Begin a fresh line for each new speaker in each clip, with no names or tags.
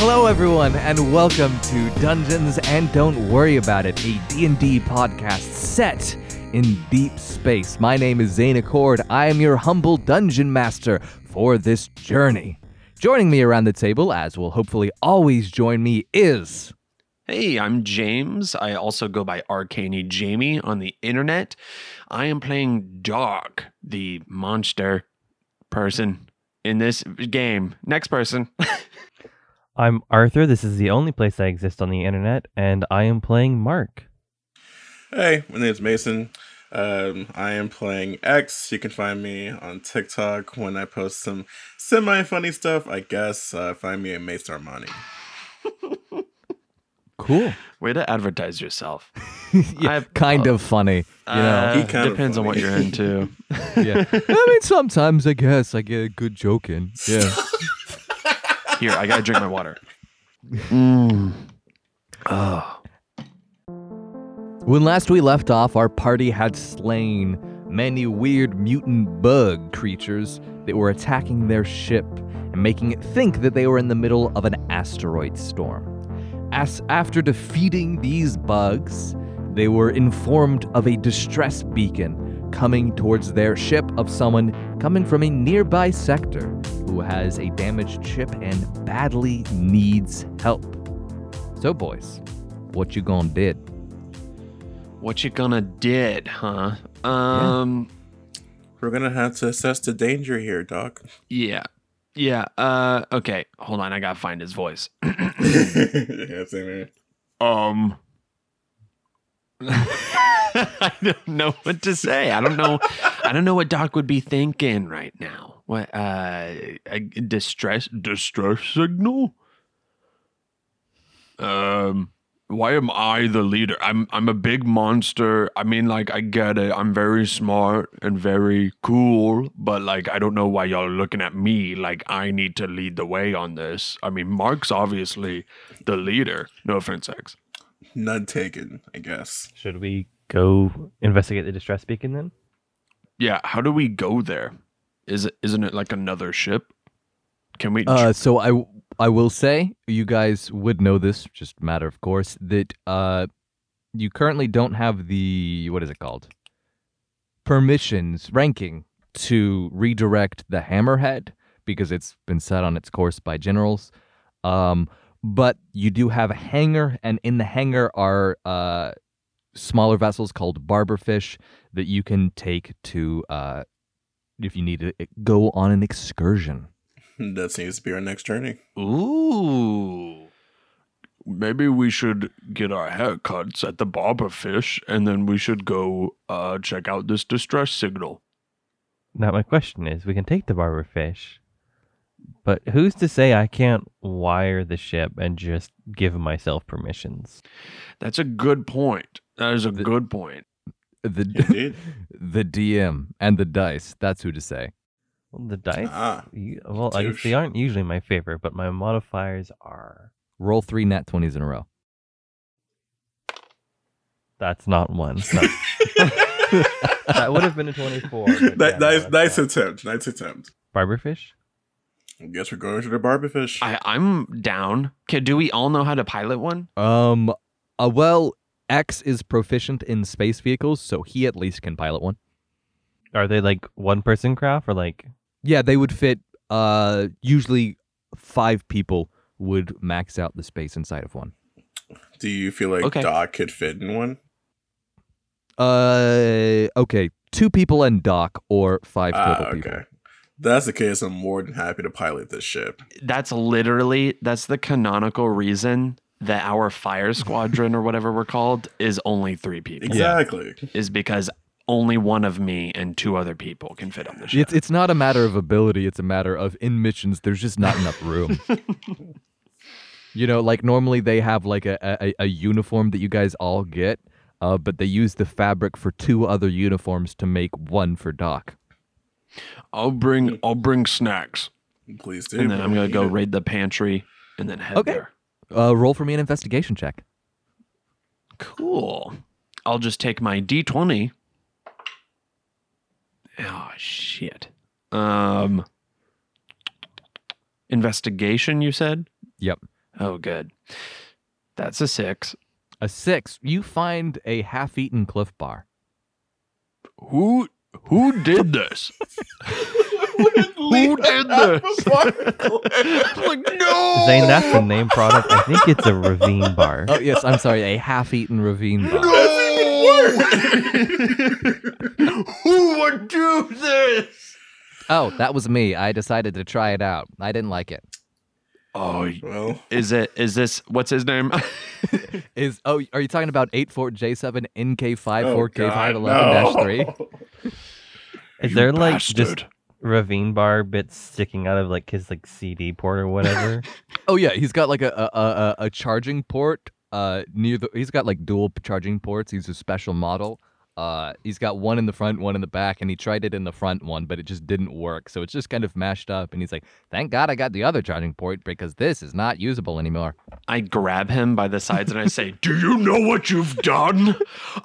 Hello, everyone, and welcome to Dungeons and Don't Worry About It, a D&D podcast set in deep space. My name is Zane Accord. I am your humble dungeon master for this journey. Joining me around the table, as will hopefully always join me, is
Hey, I'm James. I also go by Arcane E Jamie on the internet. I am playing Dog, the monster person in this game. Next person.
I'm Arthur. This is the only place I exist on the internet, and I am playing Mark.
Hey, my name's Mason. Um, I am playing X. You can find me on TikTok when I post some semi funny stuff, I guess. Uh, find me at Mace Armani.
Cool.
Way to advertise yourself.
yeah,
I've-
kind of funny, you know.
Uh,
He kind of
depends on what
funny.
you're into.
yeah. I mean, sometimes I guess I get a good joke in. Yeah.
Here, I gotta drink my water. Oh.
When last we left off, our party had slain many weird mutant bug creatures that were attacking their ship and making it think that they were in the middle of an asteroid storm. As after defeating these bugs, they were informed of a distress beacon coming towards their ship of someone coming from a nearby sector who has a damaged ship and badly needs help. So boys, what you gonna did?
What you gonna did, huh? Um
We're going to have to assess the danger here, Doc.
yeah. Yeah. Uh okay. Hold on, I gotta find his voice.
yeah, same here.
Um. I don't know what to say. I don't know. I don't know what Doc would be thinking right now. What uh, a distress distress signal? Um, why am I the leader? I'm I'm a big monster. I mean, like I get it. I'm very smart and very cool, but like I don't know why y'all are looking at me like I need to lead the way on this. I mean, Mark's obviously the leader. No offense, X.
None taken, I guess.
Should we go investigate the distress beacon then?
Yeah, how do we go there? Is it isn't it like another ship? Can we?
Uh, so I I will say you guys would know this, just matter of course, that uh, you currently don't have the what is it called permissions ranking to redirect the hammerhead because it's been set on its course by generals. Um, but you do have a hangar, and in the hangar are uh, smaller vessels called barberfish that you can take to uh, if you need to eh, go on an excursion.
That seems to be our next journey.
ooh, maybe we should get our haircuts at the barber fish, and then we should go uh, check out this distress signal.
Now, my question is we can take the barber fish, but who's to say I can't wire the ship and just give myself permissions?
That's a good point. That is a
The-
good point.
the
Indeed.
the DM and the dice. That's who to say.
Well, the dice?
Ah.
you- well, I guess
Douche.
they aren't usually my favorite, but my modifiers are.
Roll three nat twenties in a row.
That's not one. No. that would have been a 24.
Ni-
but yeah, no,
nice,
that's
nice
not.
attempt. Nice attempt.
Barberfish?
I guess we're going to the barberfish.
I, I'm down. Can, do we all know how to pilot one?
Um. Uh, well, X is proficient in space vehicles, so he at least can pilot one.
Are they like one person craft or like
Yeah, they would fit. Uh, usually five people would max out the space inside of one.
Do you feel like
Okay.
Doc could fit in one?
Uh. Okay, two people and Doc, or five
Ah,
total people.
okay. That's the case. I'm more than happy to pilot this ship.
That's literally that's the canonical reason that our fire squadron or whatever we're called is only three people.
Exactly.
is because only one of me and two other people can fit on the ship.
It's it's not a matter of ability, it's a matter of in missions there's just not enough room. you know, like normally they have like a, a, a uniform that you guys all get, uh, but they use the fabric for two other uniforms to make one for Doc.
I'll bring I'll bring snacks,
Please do.
and then I'm gonna
Eat
go
it.
raid the pantry, and then head
Okay.
there.
Uh, roll for me an investigation check.
Cool. I'll just take my D20. Oh shit. Um. Investigation, you said.
Yep.
Oh, good. That's a six.
A six. You find a half-eaten Cliff Bar.
Who who did this? who did this? like no.
Zane, that's a name product. I think it's a ravine bar.
Oh yes, I'm sorry. A half-eaten ravine bar.
No. who would do this?
Oh, that was me. I decided to try it out. I didn't like it.
Oh,
Well,
is it? Is this? What's his name?
Is oh, are you talking about eight four J seven NK five
oh,
four K
God,
five eleven dash three?
no.
Is
You
there like just
bastard.
ravine bar bits sticking out of like his like CD port or whatever?
Oh yeah, he's got like a a, a, a charging port uh near the. He's got like dual charging ports. He's a special model. Uh, he's got one in the front, one in the back, and he tried it in the front one, but it just didn't work. So it's just kind of mashed up. And he's like, "Thank God I got the other charging port because this is not usable anymore."
I grab him by the sides and I say, Do you know what you've done?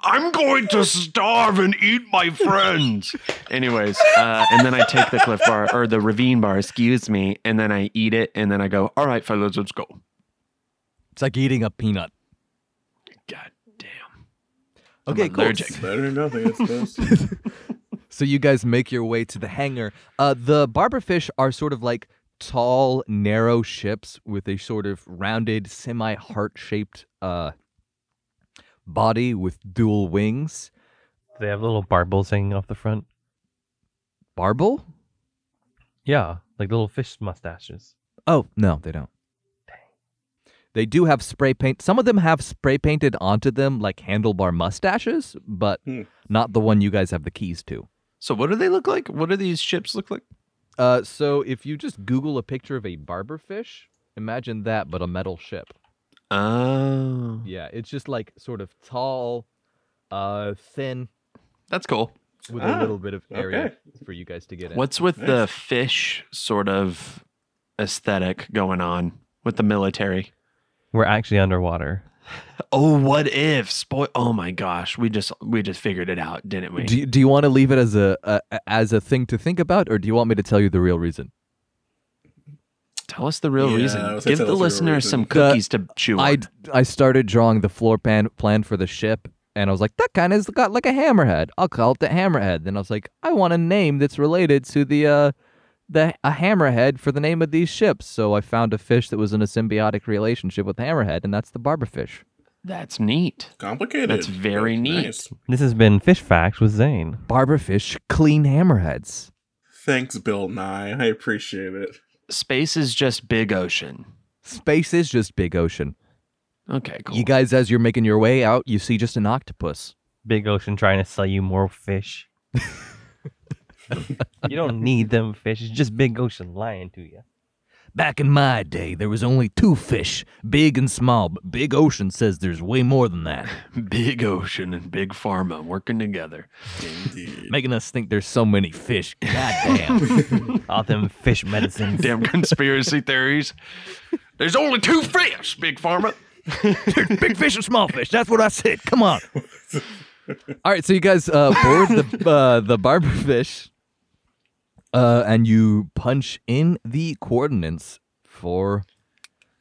I'm going to starve and eat my friends. Anyways, uh, and then I take the cliff bar or the ravine bar, excuse me, and then I eat it and then I go, All right, fellas, let's go.
It's like eating a peanut.
God damn. I'm
Okay, cool.
allergic.
better than nothing. It's supposed to.
So you guys make your way to the hangar. Uh, the barberfish are sort of like tall, narrow ships with a sort of rounded, semi-heart-shaped uh, body with dual wings.
they have little barbels hanging off the front.
Barble?
Yeah, like little fish mustaches.
Oh no, they don't. They do have spray paint. Some of them have spray painted onto them like handlebar mustaches, but
Hmm.
not the one you guys have the keys to.
So, what do they look like? What do these ships look like?
Uh, so if you just Google a picture of a barberfish, imagine that, but a metal ship.
Oh,
Yeah, it's just like sort of tall, uh, thin,
that's cool.
with
Ah,
a little bit of area
okay.
for you guys to get in.
What's with
Nice.
the fish sort of aesthetic going on with the military?
We're actually underwater.
Oh, what if? Spoil. Oh my gosh, we just we just figured it out, didn't we?
Do you, do you want to leave it as a, a a- as a thing to think about, or do you want me to tell you the real reason?
Tell us the real
Yeah, I
reason.
was gonna
Give
say
the
that's the real
listeners
reason.
some
The-
cookies to chew on.
I I started drawing the floor plan plan for the ship, and I was like, that kind of got like a hammerhead. I'll call it the hammerhead. Then I was like, I want a name that's related to the uh the a hammerhead for the name of these ships. So I found a fish that was in a symbiotic relationship with hammerhead, and that's the barberfish.
That's neat.
Complicated.
That's very neat.
Nice.
This has been Fish Facts with Zane.
Barberfish clean hammerheads.
Thanks, Bill Nye. I appreciate it.
Space is just big ocean.
Space is just big ocean.
Okay, cool.
You guys, as you're making your way out, you see just an octopus.
Big Ocean trying to sell you more fish. you don't need them fish. It's just Big Ocean lying to you.
Back in my day, there was only two fish, big and small, but Big Ocean says there's way more than that,
big ocean and big pharma working together.
Indeed.
making us think there's so many fish. Goddamn.
All them fish medicines.
Damn conspiracy theories. There's only two fish, big pharma.
big fish and small fish. That's what I said. Come on. All right, so you guys uh, board the uh, the barberfish, uh, and you punch in the coordinates for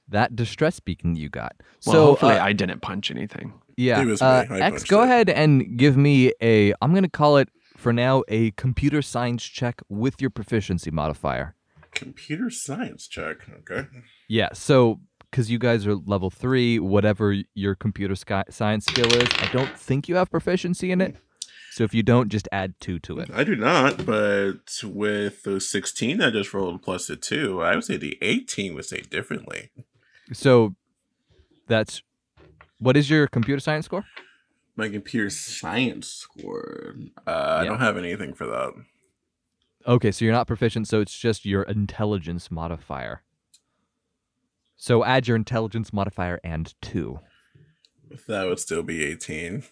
that distress beacon you got.
Well,
so
hopefully
uh,
I didn't punch anything.
Yeah.
It was
uh,
me. I
X,
punched
go
it.
ahead and give me a. I'm going to call it for now a computer science check with your proficiency modifier.
Computer science check. Okay.
Yeah. So, because you guys are level three, whatever your computer sci- science skill is, I don't think you have proficiency in it. So if you don't, just add two to it.
I do not, but with the 16 I just rolled plus the 2, I would say the 18 would say differently.
So that's. What is your computer science score?
My computer science score. Uh, I
Yeah.
don't have anything for that.
Okay, so you're not proficient, so it's just your intelligence modifier. So add your intelligence modifier and two.
That would still be 18.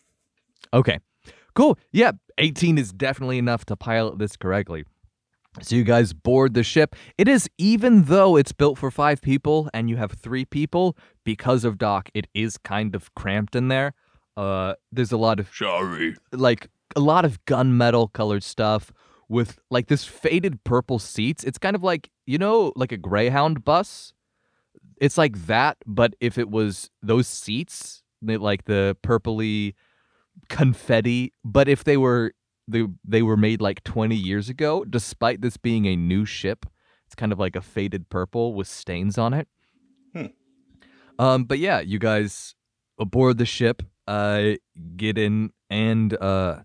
Okay. Cool. Yeah, 18 is definitely enough to pilot this correctly. So you guys board the ship. It is even though it's built for 5 people and you have 3 people because of dock, it is kind of cramped in there. Uh there's a lot of
Sorry.
like a lot of gunmetal colored stuff with like this faded purple seats. It's kind of like, you know, like a Greyhound bus It's like that, but if it was those seats, they- like the purpley confetti, but if they were they, they were made like 20 years ago, despite this being a new ship, it's kind of like a faded purple with stains on it.
Hmm.
Um, but yeah, you guys aboard the ship, uh, get in, and uh,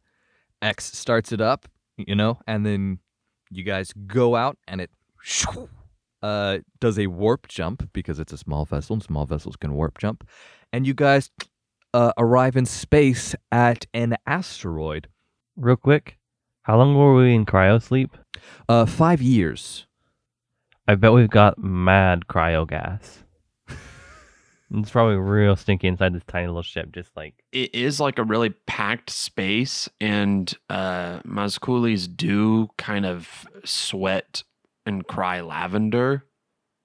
X starts it up, you know, and then you guys go out, and it shoo, uh, does a warp jump because it's a small vessel, and small vessels can warp jump, and you guys uh, arrive in space at an asteroid.
Real quick, how long were we in cryo sleep?
Uh, five years.
I bet we've got mad cryo gas. it's probably real stinky inside this tiny little ship, just like
It is like a really packed space, and uh, Mazculis do kind of sweat and cry lavender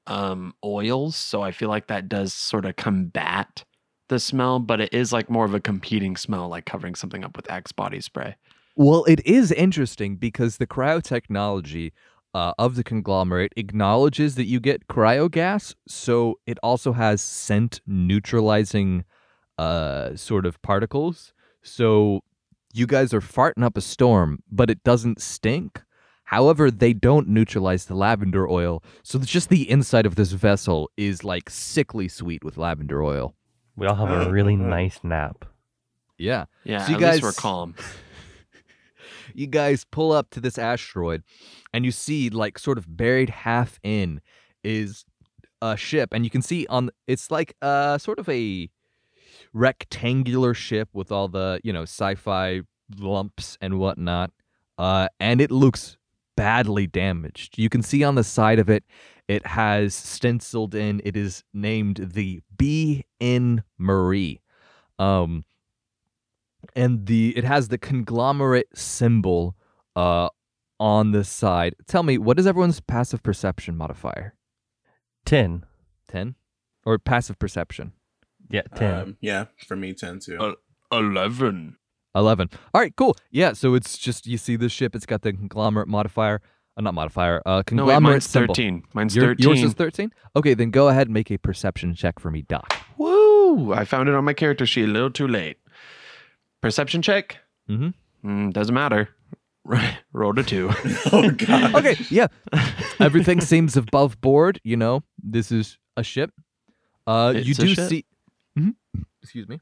um, oils. So I feel like that does sort of combat the smell, but it is like more of a competing smell, like covering something up with Axe body spray.
Well, it is interesting because the cryotechnology uh, of the conglomerate acknowledges that you get cryogas, so it also has scent neutralizing uh, sort of particles. So you guys are farting up a storm, but it doesn't stink. However, they don't neutralize the lavender oil, so it's just the inside of this vessel is like sickly sweet with lavender oil.
we all have a
Oh,
really
oh.
nice nap.
Yeah.
Yeah,
So you
at least
guys-
we're calm.
um, you guys pull up to this asteroid and you see like sort of buried half in is a ship and you can see on it's like a sort of a rectangular ship with all the you know sci-fi lumps and whatnot uh, and it looks badly damaged you can see on the side of it it has stenciled in it is named the b in marie um, and the it has the conglomerate symbol uh on the side. Tell me, what is everyone's passive perception modifier?
Ten.
10 or passive perception?
Yeah, ten.
Um, yeah, for me, 10 too.
Uh, 11.
11. All right, cool. Yeah, so it's just you see this ship, it's got the conglomerate modifier, uh, not modifier, uh
No, wait,
conglomerate
mine's
symbol.
13. Mine's
Your-
13.
Yours is 13? Okay, then go ahead and make a perception check for me, doc.
Woo! I found it on my character sheet a little too late. Perception check?
Mhm.
Mm, doesn't matter. Rolled a two.
oh, God.
Okay, yeah. Everything seems above board, you know. This is a ship. Uh you
It's a
do
ship.
see Mhm. Excuse me.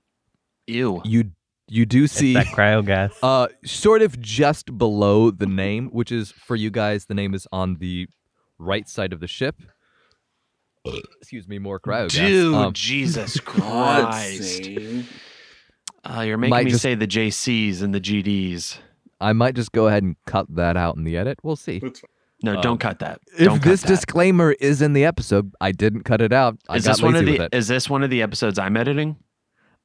Ew.
You you do
It's
see
that cryo gas.
Uh, sort of just below the name, which is for you guys, the name is on the right side of the ship. Excuse me, more cryo
Dude,
gas. Um,
Jesus
God
Christ.
save.
Uh, you're making
Might
me
just-
say the JCs and the GDs.
I might just go ahead and cut that out in the edit. We'll see.
That's fine.
No,
Um,
don't cut that.
If
don't
this
cut that.
disclaimer is in the episode, I didn't cut it out. I
is
got
this one of
lazy
the
with it.
is this one of the episodes I'm editing?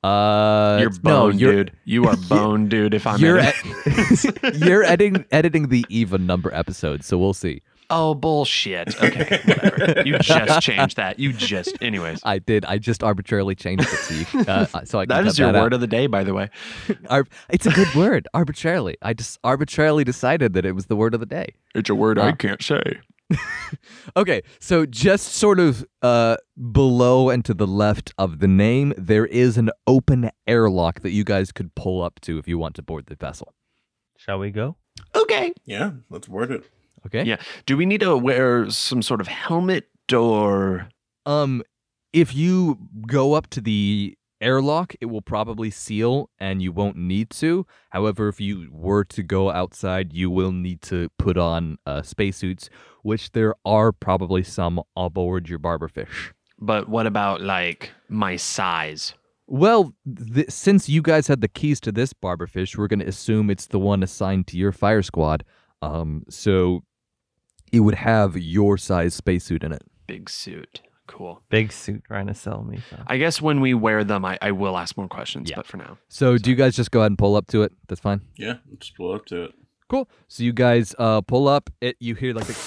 Uh,
you're
no,
bone,
you're,
dude. You are bone, dude. If I'm
you're
editing.
ed- you're editing editing the even number episode, so we'll see.
oh bullshit. Okay, whatever. you just changed that. You just, anyways.
I did. I just arbitrarily changed it so you. Uh, so I can
That
cut
is your
that out.
word of the day, by the way.
Ar- it's a good word. Arbitrarily, I just arbitrarily decided that it was the word of the day.
It's a word I
Wow.
can't say.
Okay, so just sort of uh, below and to the left of the name, there is an open airlock that you guys could pull up to if you want to board the vessel.
Shall we go?
Okay.
Yeah, let's word it.
Okay.
Yeah. Do we need to wear some sort of helmet or
Um, if you go up to the airlock, it will probably seal, and you won't need to. However, if you were to go outside, you will need to put on uh, spacesuits, which there are probably some aboard your barberfish.
but what about like my size?
Well, th- since you guys had the keys to this barberfish, we're going to assume it's the one assigned to your fire squad. Um, so it would have your size spacesuit in it.
Big suit. Cool.
Big suit trying to sell me. some.
I guess when we wear them, I, I will ask more questions,
Yeah.
but for now.
So do you guys just go ahead and pull up to it? That's fine.
Yeah, let's pull up to it.
Cool. So you guys uh, pull up. It you hear like the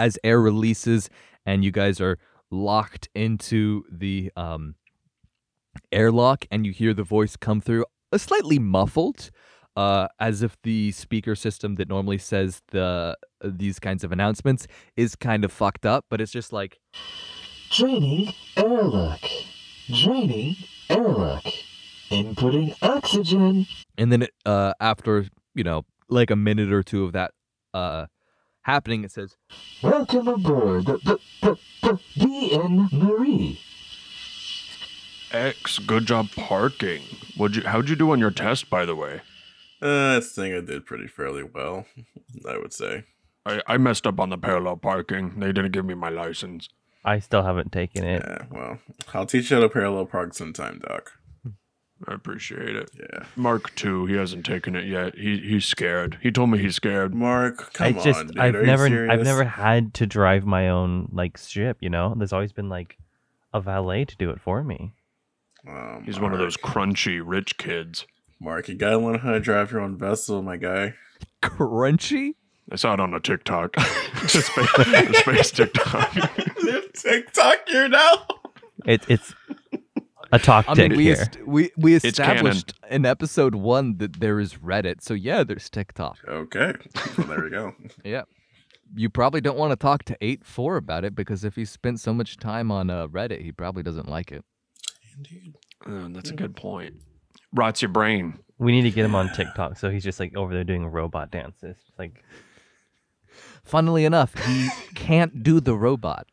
as air releases, and you guys are locked into the um, airlock, and you hear the voice come through, uh, slightly muffled, uh, as if the speaker system that normally uh, says the these kinds of announcements is kind of fucked up, but it's just like.
Draining airlock. Draining airlock. Inputting oxygen.
And then it, uh, after, you know, like a minute or two of that uh, happening, it says,
Welcome aboard the, the, the, the DN Marie.
X, good job parking. Would you? How'd you do on your test, by the way?
Uh, I think I did pretty fairly well, I would say.
I, I messed up on the parallel parking. They didn't give me my license.
I still haven't taken it.
Yeah, well, I'll teach you how to parallel park sometime, Doc.
I appreciate it.
Yeah.
Mark two, he hasn't taken it yet. He he's scared. He told me he's scared.
Mark, come
I just
on, dude.
I've
Are you
never I've
serious?
never had to drive my own like ship, you know? There's always been like a valet to do it for me.
Oh,
He's one of those
Mark.
crunchy rich kids.
Mark, you gotta learn how to drive your own vessel, my guy.
crunchy?
I saw it on a TikTok, a space, a space TikTok.
TikTok here now.
It, it's a
I
tactic
mean, we,
here.
est- we, we
canon.
established in episode one that there is Reddit. So, yeah, there's TikTok.
Okay, well, there we go.
You probably don't want to talk to 8 4 about it because if he spent so much time on uh, Reddit, he probably doesn't like it.
Indeed.
Oh,
Mm.
that's a good point.
Rots your brain.
we need to get him on TikTok so he's just like over there doing robot dances. Like
Funnily enough, he can't do the robot.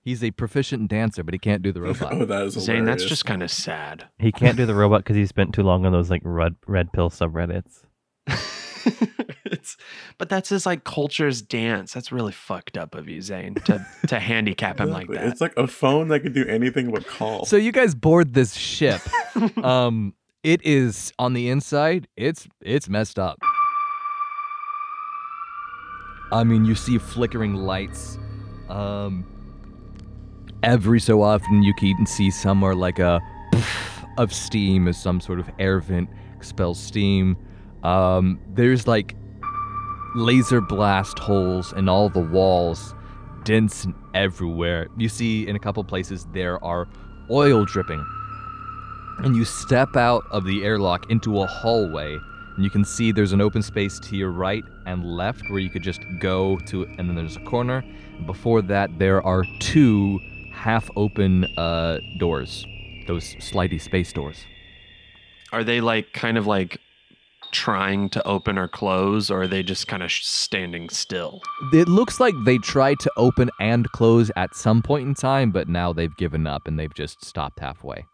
He's a proficient dancer, but he can't do the robot.
Oh, that is hilarious.
Zane, that's just kind of sad.
he can't do the robot because he spent too long on those like red red pill subreddits.
it's, but that's his like culture's dance. That's really fucked up of you, Zane, to to handicap him like
Exactly.
that.
It's like a phone that can do anything but call.
So you guys board this ship. um, it is on the inside. It's it's messed up. I mean, you see flickering lights. Um, every so often, you can see somewhere like a pff of steam as some sort of air vent expels steam. Um, there's like laser blast holes in all the walls, dents and everywhere. You see in a couple places there are oil dripping. And you step out of the airlock into a hallway, and you can see there's an open space to your right and left where you could just go to, and then there's a corner. Before that, there are two half open uh, doors, those slidey space doors.
Are they like kind of like trying to open or close, or are they just kind of sh- standing still?
It looks like they tried to open and close at some point in time, but now they've given up and they've just stopped halfway.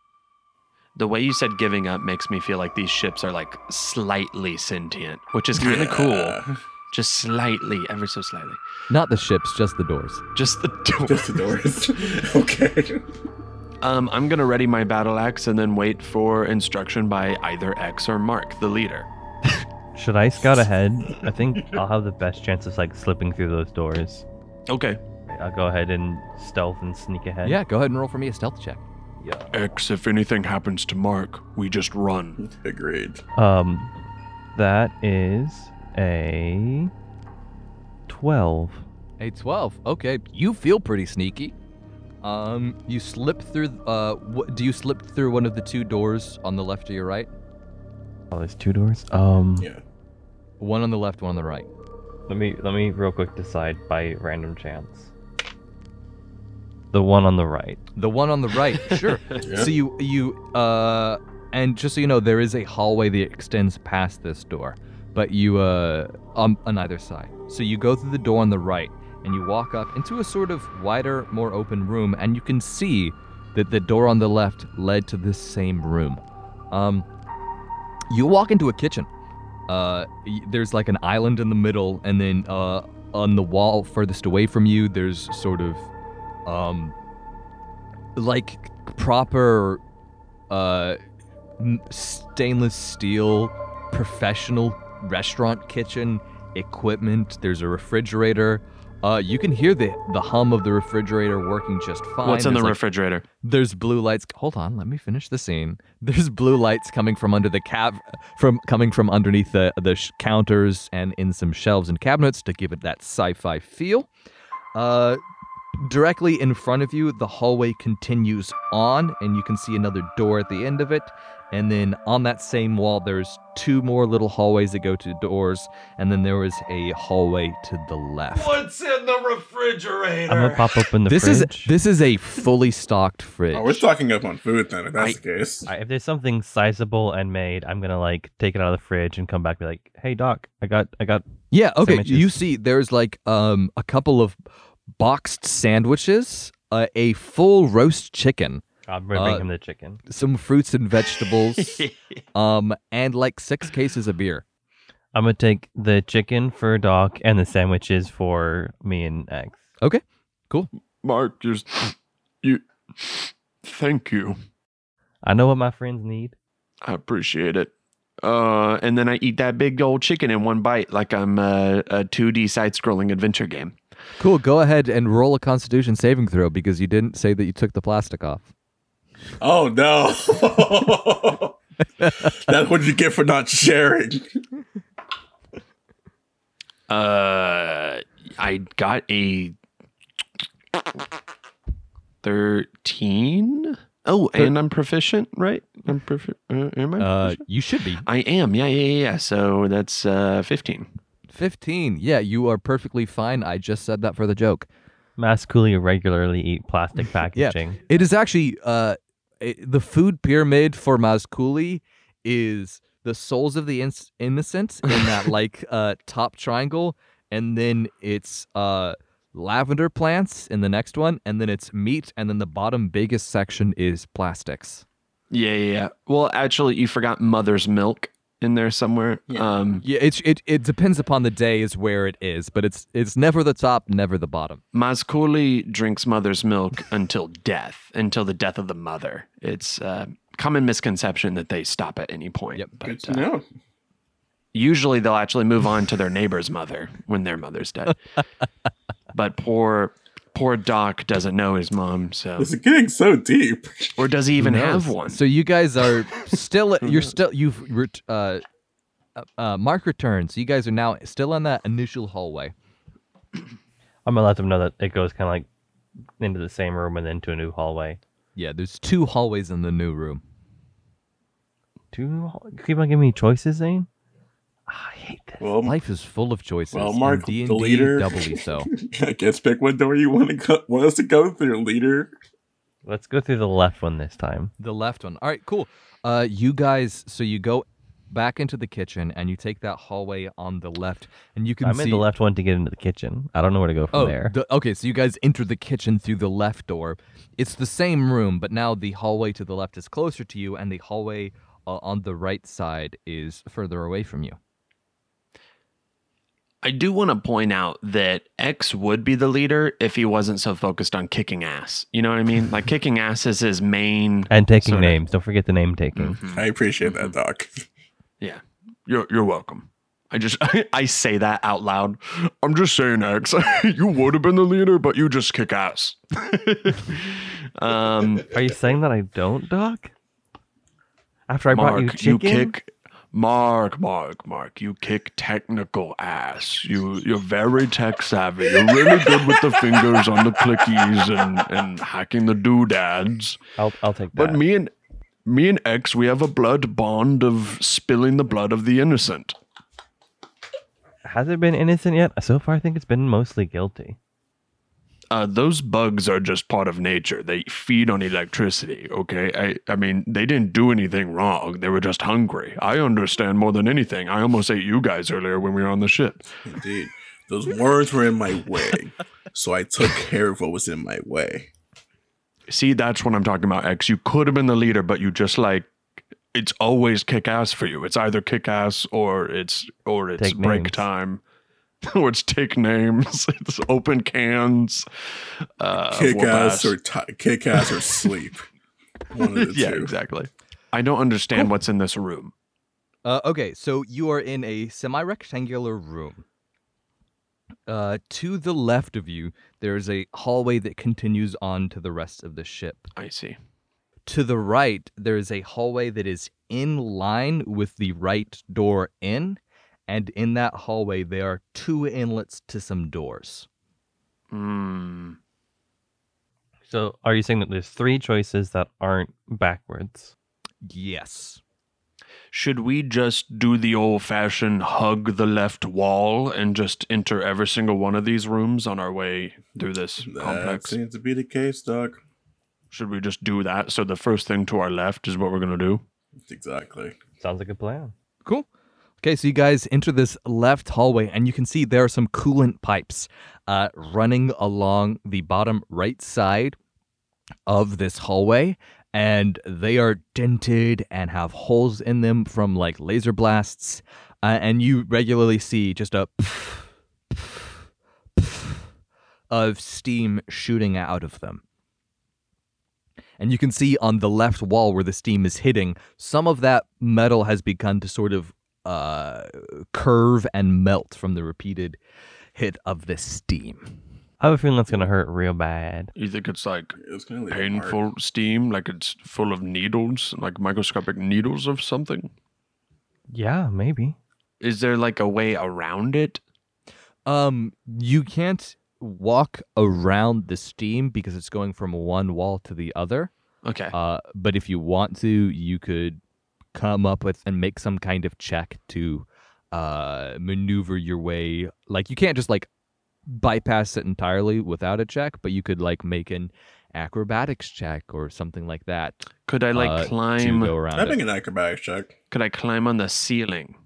The way you said giving up makes me feel like these ships are like slightly sentient, which is kind of cool.
Yeah.
Just slightly, ever so slightly.
Not the ships, just the doors.
Just the door.
Just the doors. okay.
Um, I'm gonna ready my battle axe and then wait for instruction by either X or Mark, the leader.
Should I scout ahead? I think I'll have the best chance of like slipping through those doors.
Okay.
I'll go ahead and stealth and sneak ahead.
Yeah, go ahead and roll for me a stealth check.
X, if anything happens to Mark, we just run.
Agreed.
Um, that is a twelve.
A 12. Okay, you feel pretty sneaky. Um, you slip through. Uh, wh- do you slip through one of the two doors on the left or your right?
Oh, there's two doors. Um,
Yeah.
One on the left, one on the right.
let me let me real quick decide by random chance. The one on the right.
The one on the right. sure.
Yeah.
So you you uh, and just so you know, there is a hallway that extends past this door, but you uh on on either side. So you go through the door on the right, and you walk up into a sort of wider, more open room, and you can see that the door on the left led to this same room. Um, you walk into a kitchen. Uh, y- there's like an island in the middle, and then uh, on the wall furthest away from you, there's sort of um, like proper uh, m- stainless steel professional restaurant kitchen equipment. There's a refrigerator. Uh, you can hear the the hum of the refrigerator working just fine.
What's in the
There's, like,
refrigerator?
there's blue lights. Hold on, let me finish the scene. There's blue lights coming from under the cav, from coming from underneath the the sh- counters and in some shelves and cabinets to give it that sci-fi feel. Uh, Directly in front of you, the hallway continues on, and you can see another door at the end of it. And then on that same wall, there's two more little hallways that go to doors, and then there is a hallway to the left.
What's in the refrigerator?
I'm gonna pop open the
This is
fridge.
this is a fully stocked fridge.
Oh, we're stocking up on food then. If that's the case.
I- if there's something sizable and made, I'm gonna like take it out of the fridge and come back and be like, "Hey doc, I got, I got."
Yeah, okay.
sandwiches.
You see, there's like um a couple of boxed sandwiches, uh, a full roast chicken,
I'm gonna
Uh,
bring him the chicken.
some fruits and vegetables, um, and like six cases of beer.
I'm gonna take the chicken for doc and the sandwiches for me and X.
Mark, just you. Thank you.
I know what my friends need.
I appreciate
Get it. Uh, and then I eat that big old chicken in one bite, like I'm uh, a 2D side-scrolling adventure game.
Cool. Go ahead and roll a Constitution saving throw because you didn't say that you took the plastic off.
Oh no. that's what you get for not sharing.
Uh, I got a thirteen. Oh, and I'm proficient, right? I'm profi- uh, am I?
Uh,
proficient?
you should be
I am. Yeah, yeah, yeah, yeah. So that's uh, fifteen.
fifteen. Yeah, you are perfectly fine. I just said that for the joke.
Masculi regularly eat plastic packaging.
It is actually uh, it, the food pyramid for Mazkuli is the souls of the inc- innocent in that like uh, top triangle, and then it's uh, lavender plants in the next one, and then it's meat, and then the bottom biggest section is plastics.
Yeah, yeah, yeah. Well, actually, you forgot mother's milk in there somewhere. Um,
Yeah, it's it it depends upon the day is where it is, but it's it's never the top, never the bottom.
Mazkuli drinks mother's milk until death, until the death of the mother. It's a common misconception that they stop at any point.
Yep.
but,
Good
uh,
to know.
usually they'll actually move on to their neighbor's mother when their mother's dead. but poor poor Doc doesn't know his mom, so
This is getting so deep.
or does he even
Who
have
knows?
one?
So you guys are still you're still you've ret- uh, uh, uh, Mark returns. You guys are now still on that initial hallway.
I'm gonna let them know that it goes kind of like into the same room and then to a new hallway.
Yeah, there's two hallways in the new room.
Two new hall- keep on giving me choices, Zane. Ah, I hate this.
Well,
Life is full of choices.
well,
and
Mark,
D&D
the leader.
doubly so.
I guess pick what door you want to go, want us to go through, leader.
Let's go through the left one this time.
the left one. All right, cool. Uh, you guys, so you go back into the kitchen and you take that hallway on the left, and you can
I'm
see
in the left one to get into the kitchen. I don't know where to go from
Oh,
there.
the- okay. So you guys enter the kitchen through the left door. It's the same room, but now the hallway to the left is closer to you, and the hallway uh, on the right side is further away from you.
I do want to point out that X would be the leader if he wasn't so focused on kicking ass. You know what I mean? Like kicking ass is his main
and taking
sorta.
names. Don't forget the name taking.
Mm-hmm.
I appreciate that, Doc.
You're you're welcome. I just I, say that out loud. I'm just saying, X. you would have been the leader, but you just kick ass.
um
Are you saying that I don't, Doc? After I brought you
Mark, you,
chicken,
kick. Mark, Mark, Mark, you kick technical ass. You you're very tech savvy. You're really good with the fingers on the clickies and and hacking the doodads.
I'll, I'll take that.
But me and me and X, we have a blood bond of spilling the blood of the innocent.
Has it been innocent yet? So far, I think it's been mostly guilty.
uh, those bugs are just part of nature. They feed on electricity. Okay, I I mean they didn't do anything wrong. They were just hungry. I understand more than anything. I almost ate you guys earlier when we were on the ship.
Indeed, those words were in my way, so I took care of what was in my way.
See, that's what I'm talking about. X, you could have been the leader, but you just like it's always kick ass for you. It's either kick ass or it's or it's
Take
break
names.
time. Or it's take names, it's open cans, uh,
kick
whoop
ass or ti kick ass or sleep. One of the
yeah,
two.
exactly. I don't understand what's in this room.
Uh, okay, so you are in a semi-rectangular room. Uh, to the left of you, there is a hallway that continues on to the rest of the ship.
I see.
to the right, there is a hallway that is in line with the right door in, and in that hallway, there are two inlets to some doors.
Mm.
So are you saying that there's three choices that aren't backwards?
Yes.
Should we just do the old fashioned hug the left wall and just enter every single one of these rooms on our way through this
That
complex?
seems to be the case, Doc.
Should we just do that? So the first thing to our left is what we're going to do.
Exactly.
Sounds like a plan.
Cool. Okay, so you guys enter this left hallway, and you can see there are some coolant pipes uh, running along the bottom right side of this hallway, and they are dented and have holes in them from like laser blasts. Uh, and you regularly see just a of steam shooting out of them. And you can see on the left wall where the steam is hitting, some of that metal has begun to sort of uh, curve and melt from the repeated hit of the steam.
I have a feeling that's gonna hurt real bad.
You think it's like
It's gonna leave a mark.
painful steam, like it's full of needles, like microscopic needles of something?
Yeah, maybe.
Is there like a way around it?
Um, you can't walk around the steam because it's going from one wall to the other.
Okay.
Uh, but if you want to, you could come up with and make some kind of check to uh, maneuver your way. Like you can't just like bypass it entirely without a check, but you could like make an acrobatics check or something like that
Could I like
uh, to
climb?
go around.
I
it.
think an acrobatics check.
Could I climb on the ceiling?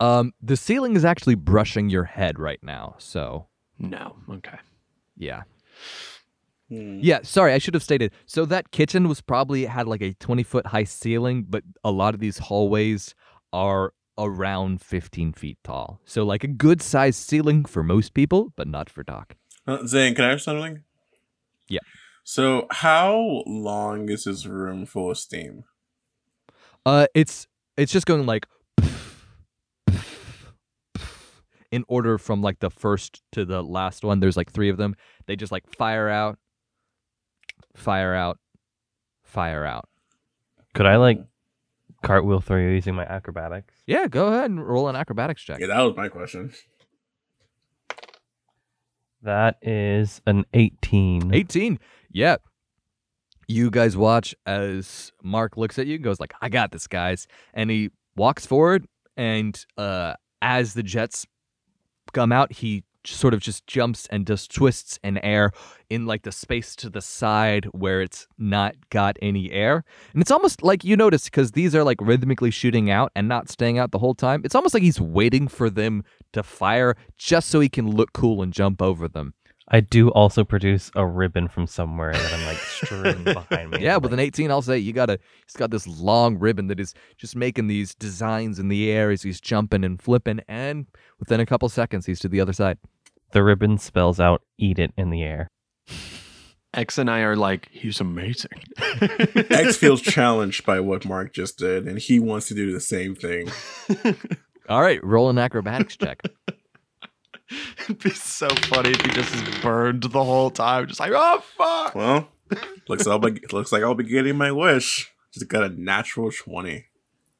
Um, the ceiling is actually brushing your head right now, so
No. Okay.
yeah.
Hmm.
Yeah, sorry, I should have stated. So that kitchen was probably had like a 20 foot high ceiling, but a lot of these hallways are around 15 feet tall. So like a good sized ceiling for most people, but not for Doc.
Uh, Zane, can I ask something?
Yeah.
So, how long is this room full of steam?
Uh, it's it's just going like in order from like the first to the last one. There's like three of them. They just like fire out, fire out, fire out.
Could I like cartwheel through using my acrobatics?
Yeah, go ahead and roll an acrobatics check.
Yeah, that was my question.
That is an eighteen.
18. Yeah. You guys watch as Mark looks at you and goes like, "I got this, guys." And he walks forward and uh as the jets come out, he sort of just jumps and just twists in air in like the space to the side where it's not got any air. And it's almost like you notice because these are like rhythmically shooting out and not staying out the whole time. It's almost like he's waiting for them to fire just so he can look cool and jump over them.
I do also produce a ribbon from somewhere that I'm like strewn behind me.
Yeah,
I'm
with an
like,
18, I'll say you gotta. He's got this long ribbon that is just making these designs in the air as he's jumping and flipping, and within a couple seconds, he's to the other side.
the ribbon spells out "eat it" in the air.
X and I are like, he's amazing.
X feels challenged by what Mark just did, and he wants to do the same thing.
All right, roll an acrobatics check.
It'd be so funny if he just is burned the whole time, just like, oh fuck.
Well, looks I'll be, looks like I'll be getting my wish. Just got a natural twenty.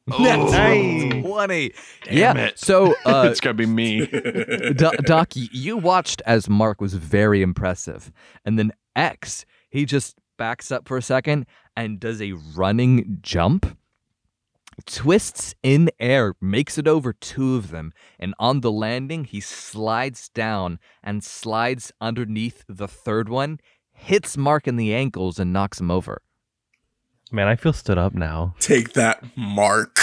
Natural
Nice.
20.
Damn
yeah.
Oh, it.
So, uh,
it's going to be me.
Do- Doc, y- you watched as Mark was very impressive, and then X, he just backs up for a second and does a running jump, twists in air, makes it over two of them, and on the landing, he slides down and slides underneath the third one, hits Mark in the ankles, and knocks him over.
Man, I feel stood up now.
Take that, Mark.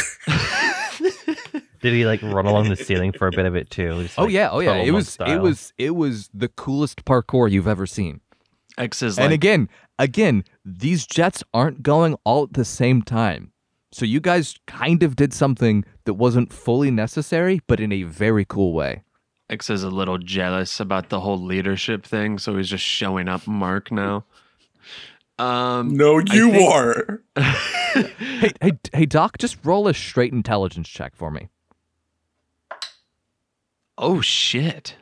Did he like run along the ceiling for a bit of it too? Just,
oh
like,
yeah, oh yeah,
Puddle
it
Monk
was it
style?
was it was the coolest parkour you've ever seen.
X is
and
like,
again, again, these jets aren't going all at the same time. So you guys kind of did something that wasn't fully necessary, but in a very cool way.
X is a little jealous about the whole leadership thing, so he's just showing up Mark now. Um
No, you
think-
are.
Hey, hey, hey, Doc, just roll a straight intelligence check for me.
Oh shit.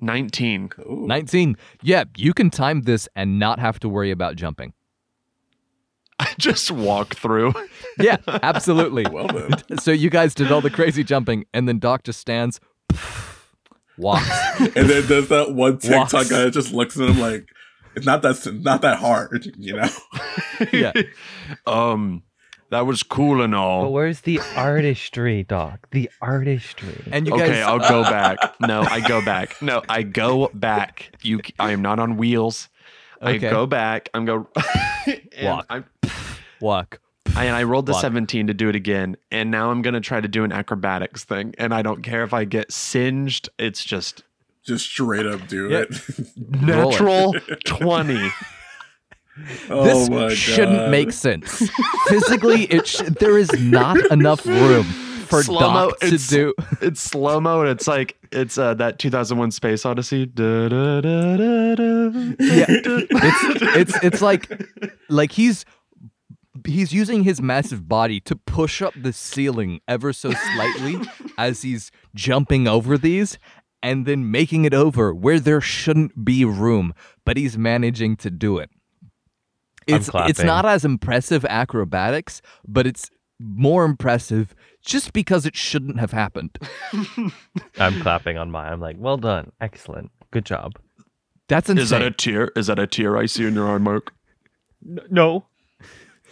19.
Ooh.
Nineteen. Yeah, you can time this and not have to worry about jumping.
I just walk through.
Yeah, absolutely.
Well then,
so you guys did all the crazy jumping, and then Doc just stands, walks.
and then there's that one TikTok
Walks.
guy that just looks at him like, It's not that not that hard, you know.
Yeah.
um, that was cool and
But
all.
where's the artistry, Doc? The artistry.
And you
okay,
guys,
I'll go back. No, I go back. No, I go back. You, c- I am not on wheels.
Okay.
I go back. I'm go. and
Walk.
I'm,
walk.
I, and I rolled the
Walk.
17 to do it again, and now I'm gonna try to do an acrobatics thing, and I don't care if I get singed. It's just
Just straight up do
Yeah.
it.
Roll it.
natural 20.
oh
this
my
shouldn't
God.
make sense. Physically, it sh- there is not enough room for
Slow-mo,
Doc to
it's-
do.
It's slow mo, and it's like it's uh, that 2001 Space Odyssey. Da, da, da, da, da.
Yeah, it's it's it's like like he's he's using his massive body to push up the ceiling ever so slightly as he's jumping over these and then making it over where there shouldn't be room, but he's managing to do it.
I'm
It's it's
clapping.
not as impressive acrobatics, but it's more impressive just because it shouldn't have happened.
I'm clapping on mine. I'm like, well done. Excellent. Good job.
That's insane.
Is that a tear? Is that a tear I see in your eye, Mark?
No.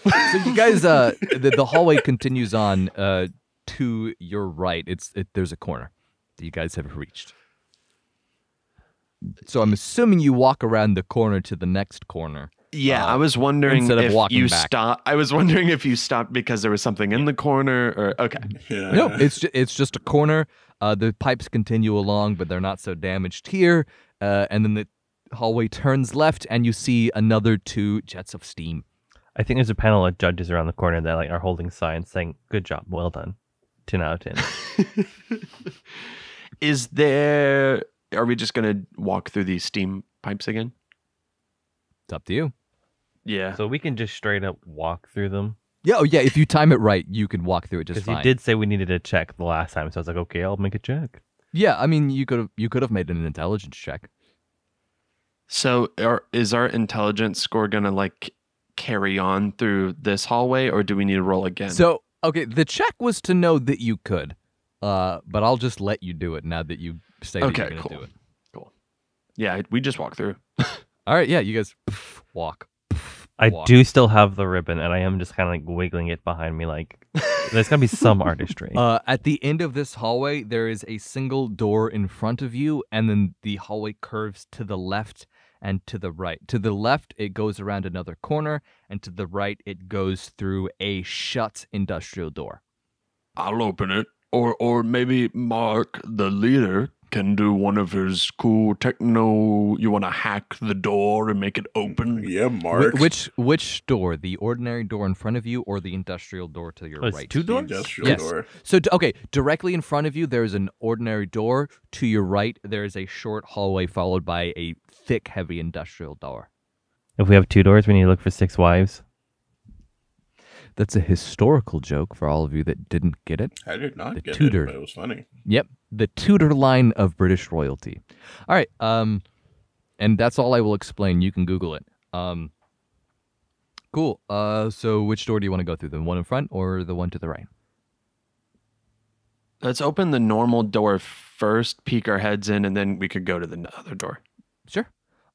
so you guys uh the, the hallway continues on uh to your right it's it, there's a corner that you guys have reached so i'm assuming you walk around the corner to the next corner
Yeah,
uh,
I was wondering
instead of
if
walking
you
back.
stop. I was wondering if you stopped because there was something in the corner, or okay.
Yeah.
no it's ju- it's just a corner uh the pipes continue along but they're not so damaged here uh and then the hallway turns left and you see another two jets of steam
I think there's a panel of judges around the corner that like are holding signs saying, Good job, well done. Ten out of ten.
Is there? Are we just gonna walk through these steam pipes again?
it's up to you
Yeah.
so we can just straight up walk through them.
yeah oh yeah if you time it right you can walk through it just
Because
fine
you did say we needed a check the last time, so I was like, Okay, I'll make a check.
yeah i mean you could have you could have made an intelligence check
So, are, is our intelligence score gonna like carry on through this hallway, or do we need to roll again?
So okay, the check was to know that you could, uh, but I'll just let you do it now that you say that you're
Okay,
gonna
cool.
do it.
yeah, we just walk through.
All right, yeah, you guys pff, walk. pff,
I
walk.
do still have the ribbon and I am just kinda like wiggling it behind me like there's gotta be some artistry.
Uh, at the end of this hallway, there is a single door in front of you, and then the hallway curves to the left and to the right. To the left, it goes around another corner, and to the right, it goes through a shut industrial door.
I'll open it. Or or maybe Mark, the leader, can do one of his cool techno. You want to hack the door and make it open?
yeah,
Wh-
Mark.
which which door? The ordinary door in front of you, or the industrial door to your
Oh, it's
right?
two
The
doors?
industrial
Yes.
door.
So d- okay, directly in front of you there is an ordinary door. To your right there is a short hallway followed by a thick, heavy industrial door.
If we have two doors, we need to look for six wives.
That's a historical joke for all of you that didn't get it.
I did not
The
get
Tudor.
it, but it was funny.
Yep, the Tudor line of British royalty. All right, um, and that's all I will explain. You can Google it. Um, cool. Uh, so which door do you want to go through? The one in front or the one to the right?
Let's open the normal door first, peek our heads in, and then we could go to the other door.
Sure.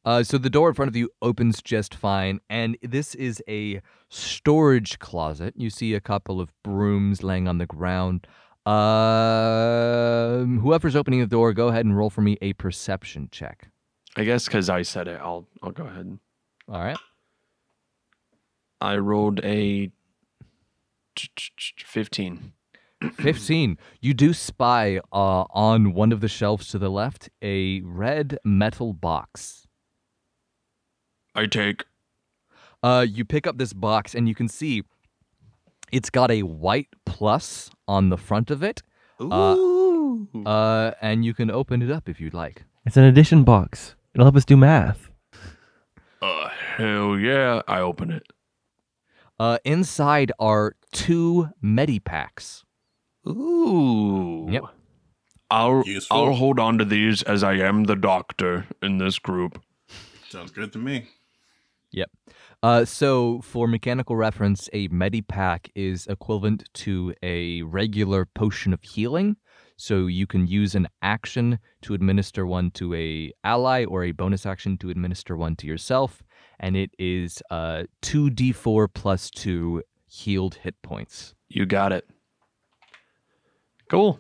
Uh, so the door in front of you opens just fine, and this is a storage closet. You see a couple of brooms laying on the ground. Um, whoever's opening the door, go ahead and roll for me a perception check.
I guess because I said it, I'll I'll go ahead.
All right.
I rolled a t- t- t- 15.
15. You do spy uh, on one of the shelves to the left a red metal box.
I take.
Uh, you pick up this box, and you can see it's got a white plus on the front of it. Uh,
Ooh.
Uh, and you can open it up if you'd like.
It's an addition box. It'll help us do math.
Uh, hell yeah! I open it.
Uh, inside are two medipacks.
Ooh.
Yep.
I'll
Useful.
I'll hold on to these as I am the doctor in this group.
Sounds good to me.
Uh, so, for mechanical reference, a medipack is equivalent to a regular potion of healing. So you can use an action to administer one to a ally or a bonus action to administer one to yourself. and it is uh, 2d4 plus 2 healed hit points.
You got it. Cool.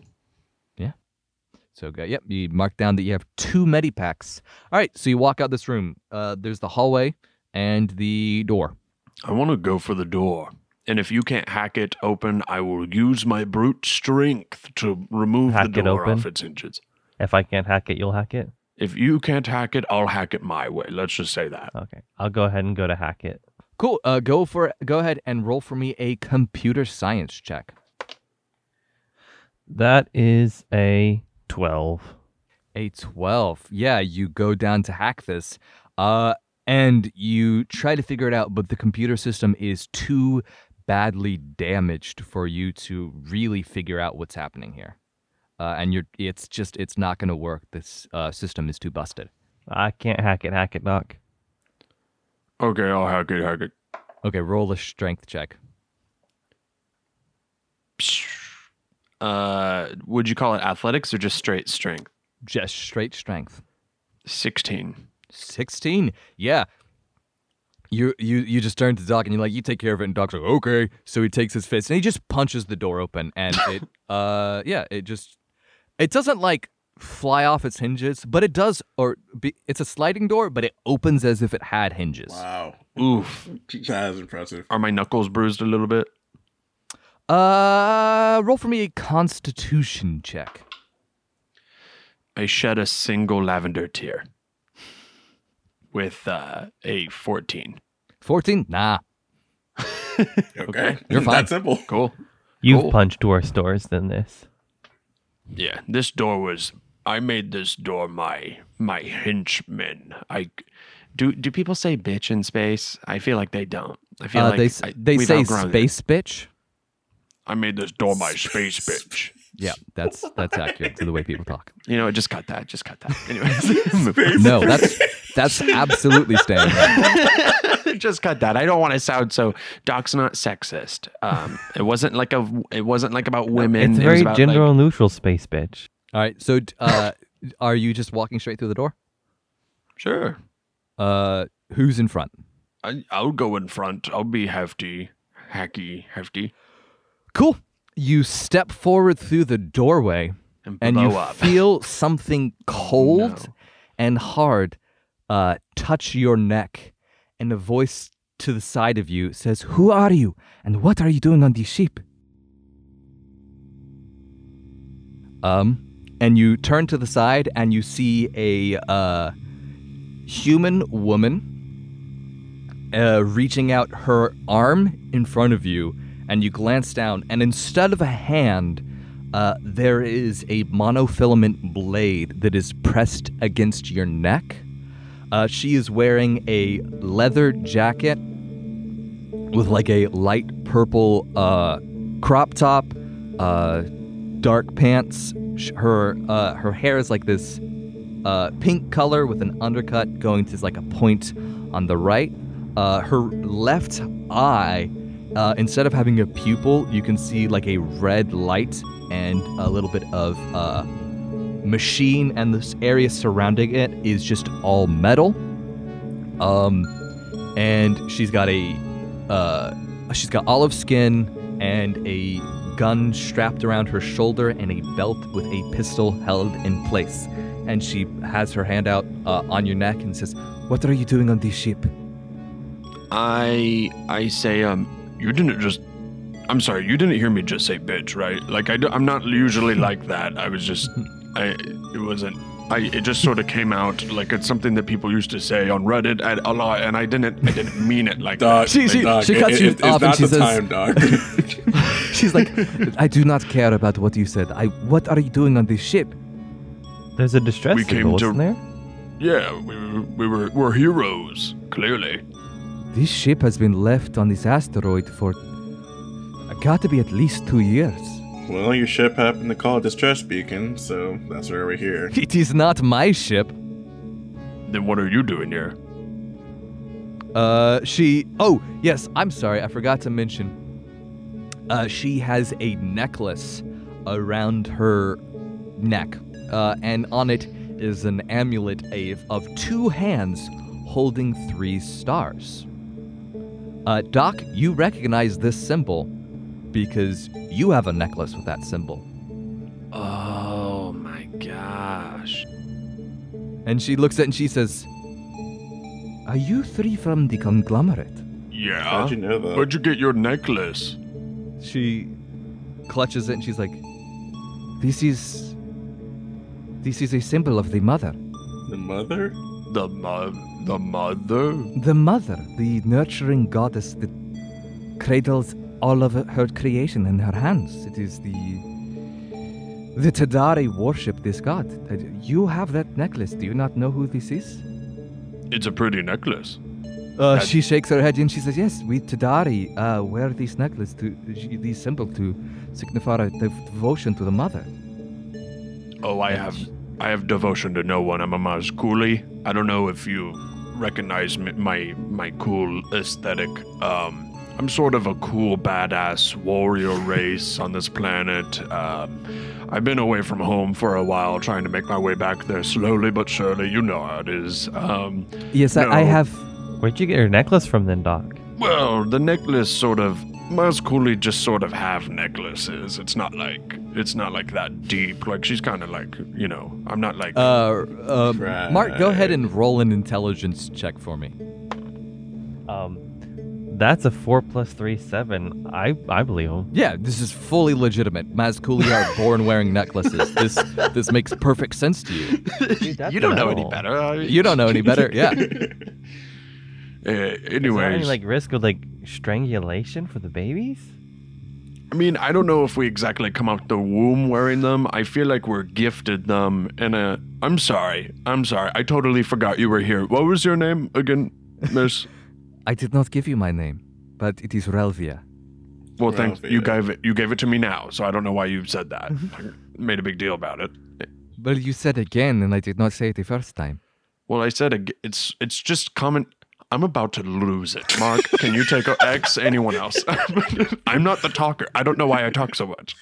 So, go, yep, you mark down that you have two medipacks. All right, so you walk out this room. Uh, there's the hallway and the door.
I want to go for the door. And if you can't hack it open, I will use my brute strength to remove
Hack
the
it
door
open?
off its hinges.
If I can't hack it, you'll hack it.
If you can't hack it, I'll hack it my way. Let's just say that.
Okay, I'll go ahead and go to hack it.
Cool. Uh, go for go ahead and roll for me a computer science check.
That is a twelve.
A 12. Yeah, you go down to hack this. Uh, and you try to figure it out, but the computer system is too badly damaged for you to really figure out what's happening here. Uh, and you're it's just it's not going to work. This uh, system is too busted.
I can't hack it. Hack it, Doc.
Okay, I'll hack it, hack it.
Okay, roll a strength check.
Uh, would you call it athletics or just straight strength?
Just straight strength.
16.
16 yeah you you you just turn to doc and you're like you take care of it and doc's like okay so he takes his fist and he just punches the door open and it uh yeah it just it doesn't like fly off its hinges but it does or be, it's a sliding door but it opens as if it had hinges
Wow.
Oof.
That is impressive.
Are my knuckles bruised a little bit?
uh roll for me a constitution check
I shed a single lavender tear with uh, a 14.
14 nah
Okay.
You're fine.
That simple.
Cool.
You've
Cool.
punched worse doors than this.
Yeah, this door was. I made this door my my henchman. I
Do do people say bitch in space? I feel like they don't. I feel
uh,
like
they s-
I-
they
we've
say
outgrown it.
space bitch
I made this door my space bitch.
yeah that's that's accurate to the way people talk
You know, what, just cut that. Just cut that. Anyways,
no that's that's absolutely staying
just cut that. I don't want to sound so. Doc's not sexist. Um, it wasn't like a. It wasn't like about women.
it's
it was
very
about
gender
Like,
neutral, space bitch.
All right. So, d- uh, are you just walking straight through the door?
Sure,
Uh, who's in front?
I, I'll go in front. I'll be hefty, hacky, hefty,
Cool. You step forward through the doorway
and blow
and you
up.
feel something cold
no.
and hard uh, touch your neck, and a voice to the side of you says, "Who are you? And what are you doing on these sheep?" Um, and you turn to the side and you see a uh, human woman uh, reaching out her arm in front of you, and you glance down, and instead of a hand. Uh, there is a monofilament blade that is pressed against your neck. Uh, she is wearing a leather jacket with like a light purple uh, crop top, uh, dark pants. Sh- Her uh, her hair is like this uh, pink color with an undercut going to like a point on the right. Uh, her left eye, uh, instead of having a pupil, you can see like a red light and a little bit of uh, machine, and this area surrounding it is just all metal. Um, and she's got a uh, she's got olive skin and a gun strapped around her shoulder and a belt with a pistol held in place and she has her hand out uh, on your neck and says, "What are you doing on these sheep?"
I I say um you didn't just I'm sorry you didn't hear me just say bitch right like I am not usually like that I was just I it wasn't I it just sort of came out like it's something that people used to say on Reddit and a lot and I didn't I didn't mean it like
Dog.
She- she-
dog,
she cuts
it,
you
it,
off
It's not
and she
the
says-
time, dog.
She's like, "I do not care about what you said. I what are you doing on this ship?"
There's a distress
We
signal,
came to-
isn't there?
that. Yeah we were we were we're heroes clearly
This ship has been left on this asteroid for uh, got to be at least two years.
well, your ship happened to call a distress beacon, so that's why we're here.
It is not my ship.
then what are you doing here
Uh, she. Oh, yes. I'm sorry. I forgot to mention. Uh, she has a necklace around her neck, uh, and on it is an amulet of, of two hands holding three stars. Uh, Doc, you recognize this symbol because you have a necklace with that symbol.
Oh my gosh.
And she looks at it and she says, Are you three from the conglomerate?
Yeah.
How'd you know that?
Where'd you get your necklace?
She clutches it and she's like, This is. This is a symbol of the mother.
The mother?
The mo- the mother?
The mother, the nurturing goddess that cradles all of her creation in her hands. It is the. The Tadari worship this god. Uh, You have that necklace. Do you not know who this is?
It's a pretty necklace.
Uh, she shakes her head and she says, "Yes, we Tadari uh, wear this necklace to this symbol to signify our dev- devotion to the mother."
Oh, I have I have devotion to no one. I'm a Mazkuli. I don't know if you recognize m- my my cool aesthetic. Um, I'm sort of a cool badass warrior race on this planet. Um, I've been away from home for a while, trying to make my way back there slowly but surely. You know how it is. Um,
Yes,
No.
I, I have.
Where'd you get your necklace from then, Doc?
Well, the necklace sort of Mazkuli just sort of have necklaces. It's not like it's not like that deep. Like she's kind of like you know. I'm not like
Uh, um,
Right.
Mark, go ahead and roll an intelligence check for me.
Um, that's a four plus three seven. I I believe him.
Yeah, this is fully legitimate. Mazkuli are born wearing necklaces. This this makes perfect sense to you.
that's
you don't know any
metal.
better. I-
You don't know any better. Yeah.
Uh,
Is there
anyways,
any like risk of like strangulation for the babies?
I mean, I don't know if we exactly come out the womb wearing them. I feel like we're gifted them. And uh, I'm sorry. I'm sorry. I totally forgot you were here. What was your name again, Miss?
I did not give you my name, but it is Relvia.
Well, thanks.
Ralphie.
You gave it. You gave it to me now, so I don't know why you said that. Made a big deal about it.
Well, you said again, and I did not say it the first time.
Well, I said ag- it's it's just common. I'm about to lose it, Mark. Can you take o- X? Anyone else? I'm not the talker. I don't know why I talk so much.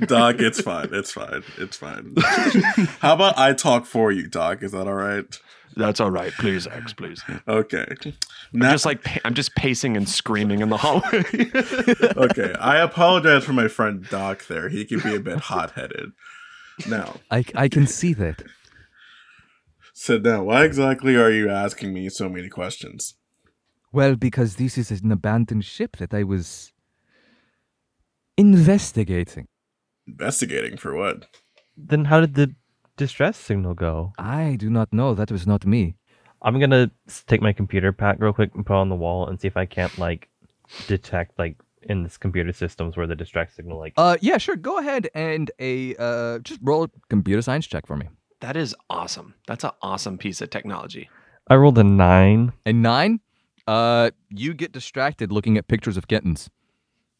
Doc, it's fine. It's fine. It's fine. How about I talk for you, Doc? Is that all right?
That's all right. Please, X. Please.
Okay. Now,
Just like pa- I'm just pacing and screaming in the hallway.
okay, I apologize for my friend Doc there. He can be a bit hot headed. Now,
I, I can see that.
so now, why exactly are you asking me so many questions?
Well, because this is an abandoned ship that I was investigating.
Investigating for what?
Then how did the distress signal go?
I do not know. That was not me.
I'm gonna s- take my computer pack real quick and put it on the wall and see if I can't like detect like in this computer systems where the distract signal like
Uh, yeah, sure. Go ahead and a uh, just roll a computer science check for me.
that is awesome. That's an awesome piece of technology.
I rolled a nine.
A nine. Uh, you get distracted looking at pictures of kittens.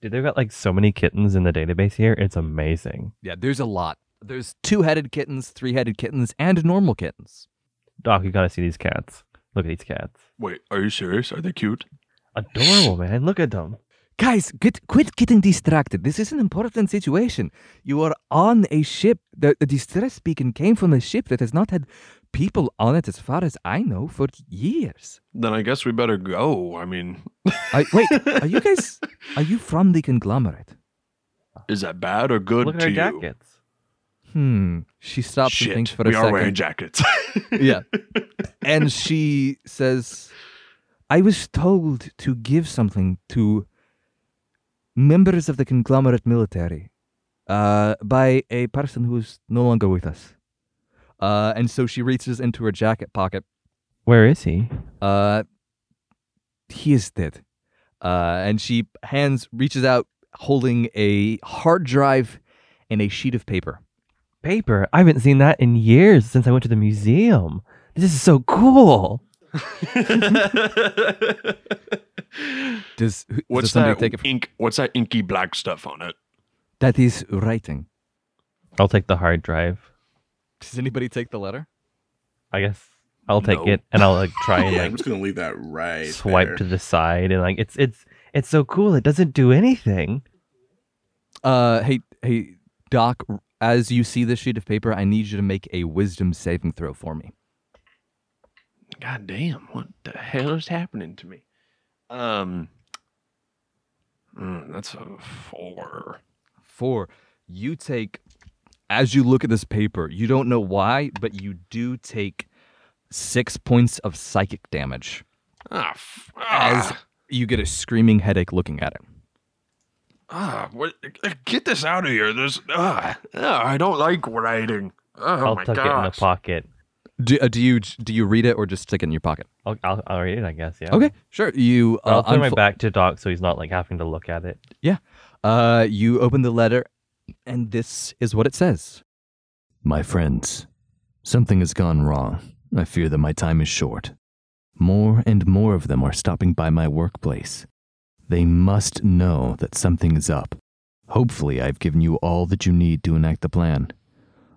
Dude, they've got like so many kittens in the database here. It's amazing.
Yeah, there's a lot. There's two-headed kittens, three-headed kittens, and normal kittens.
Doc, you gotta see these cats. Look at these cats.
Wait, are you serious? Are they cute?
Adorable, man. Look at them.
Guys, get quit getting distracted. This is an important situation. You are on a ship. The, the distress beacon came from a ship that has not had people on it, as far as I know, for years.
Then I guess we better go. I mean,
I, wait, are you guys? Are you from the conglomerate?
is that bad or good
Look at
to
our
you?
jackets.
Hmm. She stops and
Shit,
thinks for a
we
second.
are wearing jackets.
yeah. And she says, I was told to give something to members of the conglomerate military uh, by a person who's no longer with us. Uh, and so she reaches into her jacket pocket.
Where is he?
Uh, he is dead. Uh, and she hands, reaches out, holding a hard drive and a sheet of paper.
Paper. I haven't seen that in years since I went to the museum. This is so cool.
Does, who- does
What's
somebody
that
take it? From?
ink? What's that inky black stuff on it?
That is writing.
I'll take the hard drive.
Does anybody take the letter?
I guess I'll take
No.
it and I'll like try and
Yeah,
like
I'm just gonna leave that right.
swipe
there.
to the side and like it's it's it's so cool. It doesn't do anything.
Uh, hey, hey, Doc. As you see this sheet of paper, I need you to make a wisdom saving throw for me.
God damn, what the hell is happening to me? Um, mm, that's a four.
Four, you take, as you look at this paper, you don't know why, but you do take six points of psychic damage
Ah, f-
as
ah,
you get a screaming headache looking at it.
ah, what, get this out of here. This, ah, ah, I don't like writing. Oh
Ah,
I'll
my
tuck it in the
gosh.
pocket.
Do, uh, do you do you read it or just stick it in your pocket?
I'll, I'll, I'll read it, I guess. Yeah.
Okay, sure. You
But
uh,
I'll turn my
unfo-
back to Doc so he's not like having to look at it.
Uh, you open the letter, and this is what it says.
My friends, something has gone wrong. I fear that my time is short. More and more of them are stopping by my workplace. They must know that something is up. Hopefully, I've given you all that you need to enact the plan.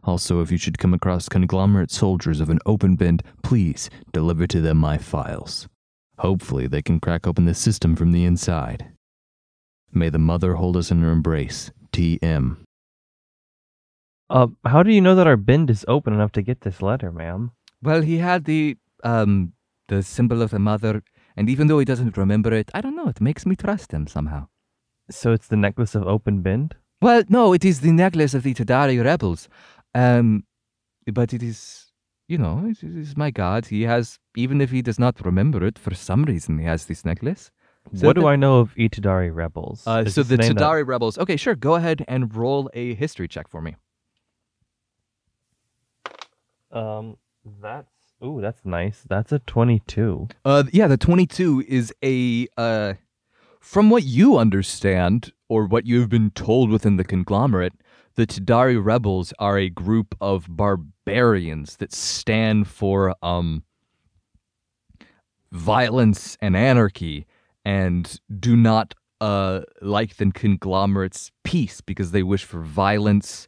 Also, if you should come across conglomerate soldiers of an open bend, please deliver to them my files. Hopefully, they can crack open the system from the inside. May the mother hold us in her embrace. TM.
Uh, how do you know that our bend is open enough to get this letter, ma'am?
Well, he had the um the symbol of the mother, and even though he doesn't remember it, I don't know. It makes me trust him somehow.
So it's the necklace of open bend.
Well, no, it is the necklace of the Tadari rebels, um, but it is you know it it is my god. He has even if he does not remember it for some reason, he has this necklace. So
what do
the-
I know of Itadari rebels?
Uh,
Is
so
this
the
named a-
Tadari rebels. Okay, sure. Go ahead and roll a history check for me.
Um, that's ooh, that's nice. That's a twenty-two.
Uh, th- yeah, the 22 is a, uh, from what you understand or what you've been told within the conglomerate, the Tidari rebels are a group of barbarians that stand for um, violence and anarchy and do not uh, like the conglomerate's peace because they wish for violence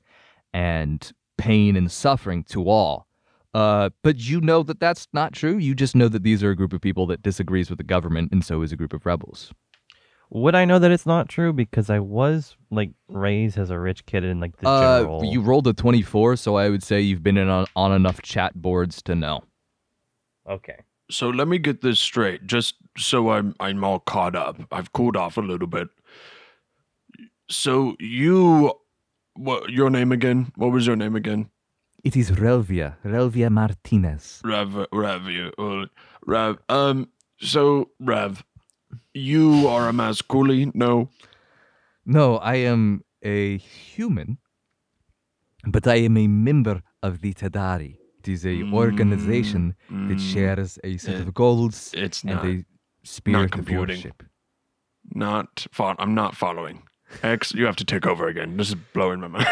and pain and suffering to all. Uh, but you know that that's not true. You just know that these are a group of people that disagrees with the government, and so is a group of rebels.
Would I know that it's not true because I was like raised as a rich kid in like the
Uh,
general?
you rolled a twenty-four, so I would say you've been in on, on enough chat boards to know.
Okay.
So let me get this straight, just so I'm I'm all caught up. I've cooled off a little bit. So you, what your name again? What was your name again?
It is Relvia, Relvia Martinez.
Rev, Rev, you, uh, Rev. Um, so Rev, you are a Masculi, no?
No, I am a human, but I am a member of the Tadari. It is a organization that
Mm,
shares a set
it-
of goals
It's
and
not
a spirit of
computing.
worship.
not. Fo- I'm not following. X, you have to take over again. This is blowing my mind.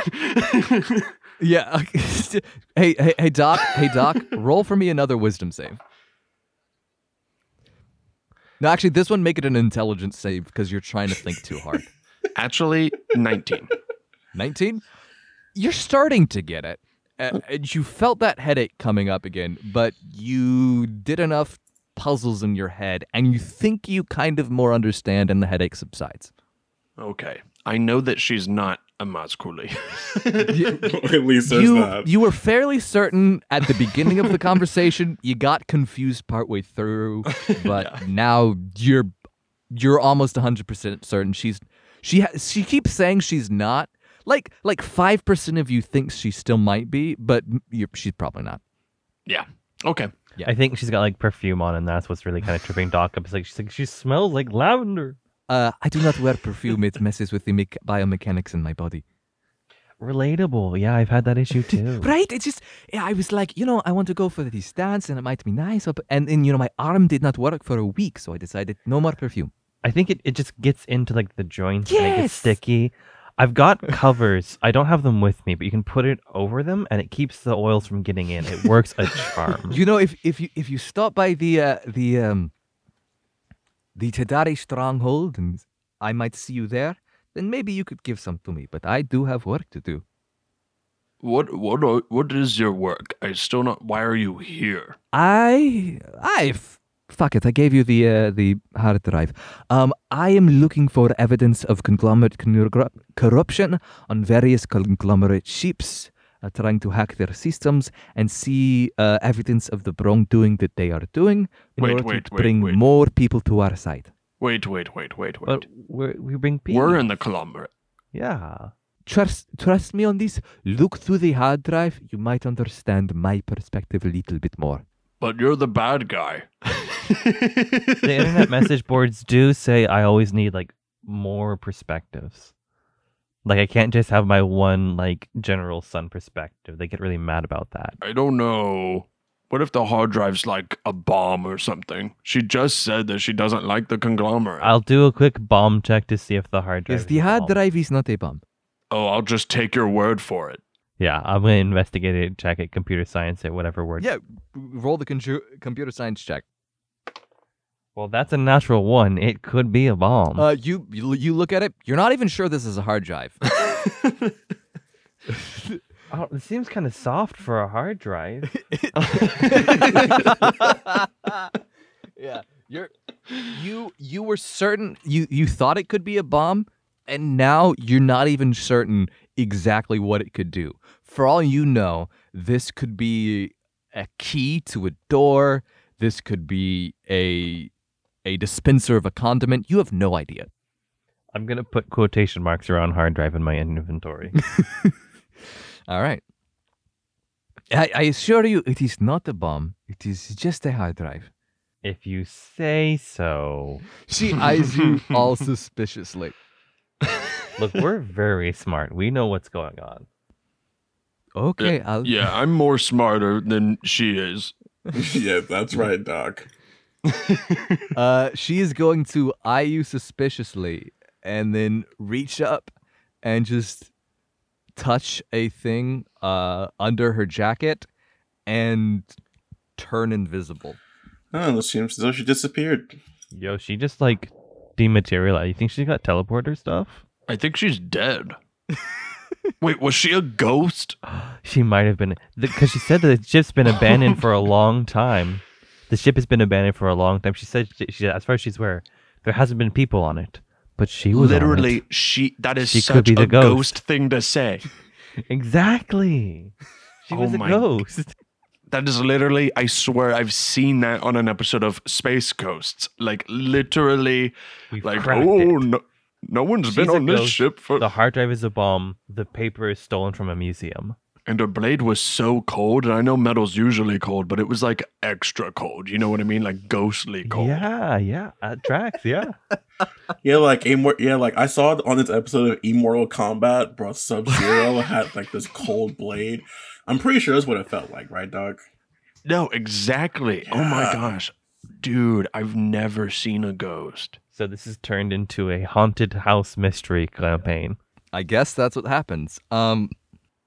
Yeah. okay. hey, hey, hey, Doc. Hey, Doc. roll for me another wisdom save. No, actually, this one make it an intelligence save because you're trying to think too hard.
Actually, 19.
19. You're starting to get it. Uh, and you felt that headache coming up again, but you did enough puzzles in your head and you think you kind of more understand and the headache subsides.
okay. I know that she's not a Mazkuli.
or at least there's
you,
that.
you were fairly certain at the beginning of the conversation. You got confused partway through, but now you're you're almost 100% certain she's she ha- she keeps saying she's not. Like like 5% of you thinks she still might be, but you're, she's probably not.
okay.
Yeah.
I think she's got like perfume on, and that's what's really kind of tripping Doc up. It's like she's like she smells like lavender.
Uh, I do not wear perfume. It messes with the me- biomechanics in my body.
Relatable. Yeah, I've had that issue too.
Right? It's just, yeah, I was like, you know, I want to go for this dance and it might be nice. but- And, and, you know, my arm did not work for a week, so I decided no more perfume.
I think it, it just gets into like the joints and it
Yes!
gets sticky. I've got covers. I don't have them with me, but you can put it over them and it keeps the oils from getting in. It works a charm.
You know, if if you if you stop by the uh, the um, the Tadari stronghold, and I might see you there, then maybe you could give some to me. But I do have work to do.
what what are- what is your work? I still not. Why are you here?
I I f- fuck it. I gave you the uh, the hard drive. Um, I am looking for evidence of conglomerate connu- corruption on various conglomerate ships. uh, trying to hack their systems and see uh, evidence of the wrongdoing that they are doing in
Wait,
order
wait,
to
wait,
bring
wait.
more people to our side.
Wait, wait, wait, wait, wait.
But we're, we bring peace.
We're in the conglomerate.
Yeah.
Trust, trust me on this. Look through the hard drive. You might understand my perspective a little bit more.
But you're the bad guy.
The internet message boards do say I always need like more perspectives. Like I can't just have my one like general sun perspective. They get really mad about that.
I don't know. What if the hard drive's like a bomb or something? She just said that she doesn't like the conglomerate.
I'll do a quick bomb check to see if the hard drive.
Yes,
is
the hard
involved.
drive is not a bomb.
oh, I'll just take your word for it.
Yeah, I'm gonna investigate it, check it, computer science it, whatever word.
Yeah, roll the conju- computer science check.
Well, that's a natural one. It could be a bomb.
Uh, you you you look at it. You're not even sure this is a hard drive.
oh, it seems kind of soft for a hard drive.
yeah, you're you you were certain you you thought it could be a bomb, and now you're not even certain exactly what it could do. For all you know, this could be a key to a door. This could be a a dispenser of a condiment. You have no idea.
I'm gonna put quotation marks around hard drive in my inventory.
All right. I, I assure you, it is not a bomb. It is just a hard drive.
if you say so.
She eyes you all suspiciously.
Look, we're very smart. We know what's going on.
Okay, I'll.
Yeah, I'm more smarter than she is.
yeah, that's right, Doc.
Uh, she is going to eye you suspiciously and then reach up and just touch a thing uh, under her jacket and turn invisible.
Oh, it seems as though she disappeared.
Yo, she just like dematerialized. You think she got teleporter stuff?
I think she's dead. Wait, was she a ghost?
She might have been because she said that the ship's been abandoned for a long time. The ship has been abandoned for a long time. She said, she, she, as far as she's aware, there hasn't been people on it, but she was on it.
Literally, she that is
She could
such
be the
a
ghost.
ghost. thing to say.
exactly. She
Oh
was a
my-
ghost.
That is literally, I swear, I've seen that on an episode of Space Ghosts. Like, literally,
We've
like,
cracked
oh,
it.
no, no one's
She's
been
a
on this
ghost.
ship for.
The hard drive is a bomb. The paper is stolen from a museum.
And her blade was so cold. And I know metal's usually cold, but it was like extra cold. You know what I mean? Like, ghostly cold.
Yeah, yeah, that tracks. Yeah,
Yeah, like Amor- yeah, like I saw it on this episode of Immortal Kombat, bro. Sub Zero had like this cold blade. I'm pretty sure that's what it felt like, right, Doc?
No, exactly. Oh my
Yeah.
gosh. Dude, I've never seen a ghost.
So this is turned into a haunted house mystery campaign.
I guess that's what happens. Um,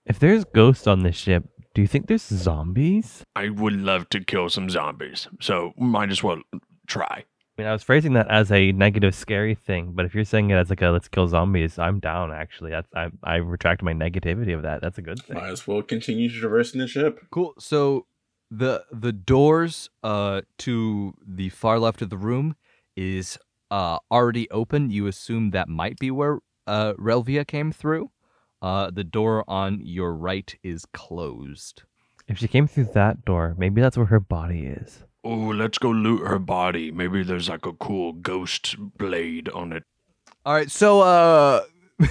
If there's ghosts on this ship, do you think there's zombies?
I would love to kill some zombies. So, might as well try.
I mean, I was phrasing that as a negative, scary thing, but if you're saying it as like a "let's kill zombies," I'm down. Actually, that's I I retract my negativity of that. That's a good
Might
thing.
as well continue traversing the ship.
Cool. So the the doors uh to the far left of the room is uh already open. You assume that might be where uh Relvia came through. Uh the door on your right is closed.
If she came through that door, maybe that's where her body is.
Oh, let's go loot her body. Maybe there's like a cool ghost blade on it.
All right. So uh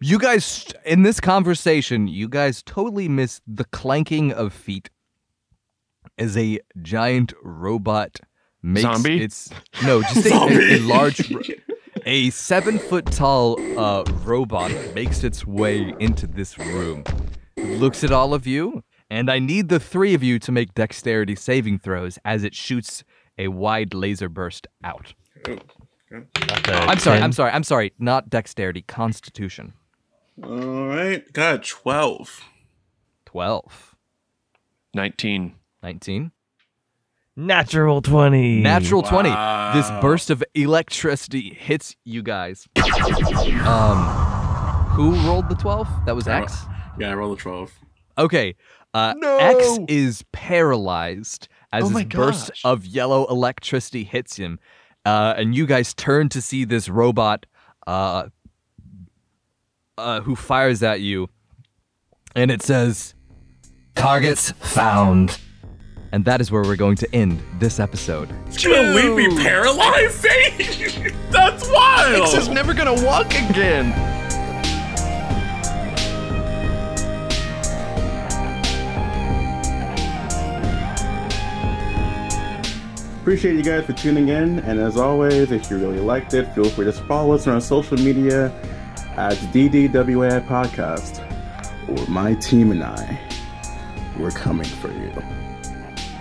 you guys in this conversation, you guys totally missed the clanking of feet as a giant robot makes
Zombie?
its no, just a, a, a large ro- a 7 foot tall uh, robot makes its way into this room. Looks at all of you, and I need the three of you to make dexterity saving throws as it shoots a wide laser burst out.
That's a
I'm sorry,
10.
I'm sorry, I'm sorry. Not dexterity, constitution.
All right, got a twelve.
12,
19.
19.
Natural twenty.
Natural 20. This burst of electricity hits you guys. Um, who rolled the 12? That was
I ro-
X?
Yeah, I rolled a twelve.
Okay. Uh, X is paralyzed as
Oh
this
my
burst
gosh.
of yellow electricity hits him. Uh, and you guys turn to see this robot uh, uh, who fires at you and it says, Targets found. And that is where we're going to end this episode.
You gonna leave me paralyzed?
X
That's
is
wild.
never gonna walk again.
Appreciate you guys for tuning in, and as always, if you really liked it, feel free to follow us on our social media at DDWA Podcast, or my team and I, we're coming for you.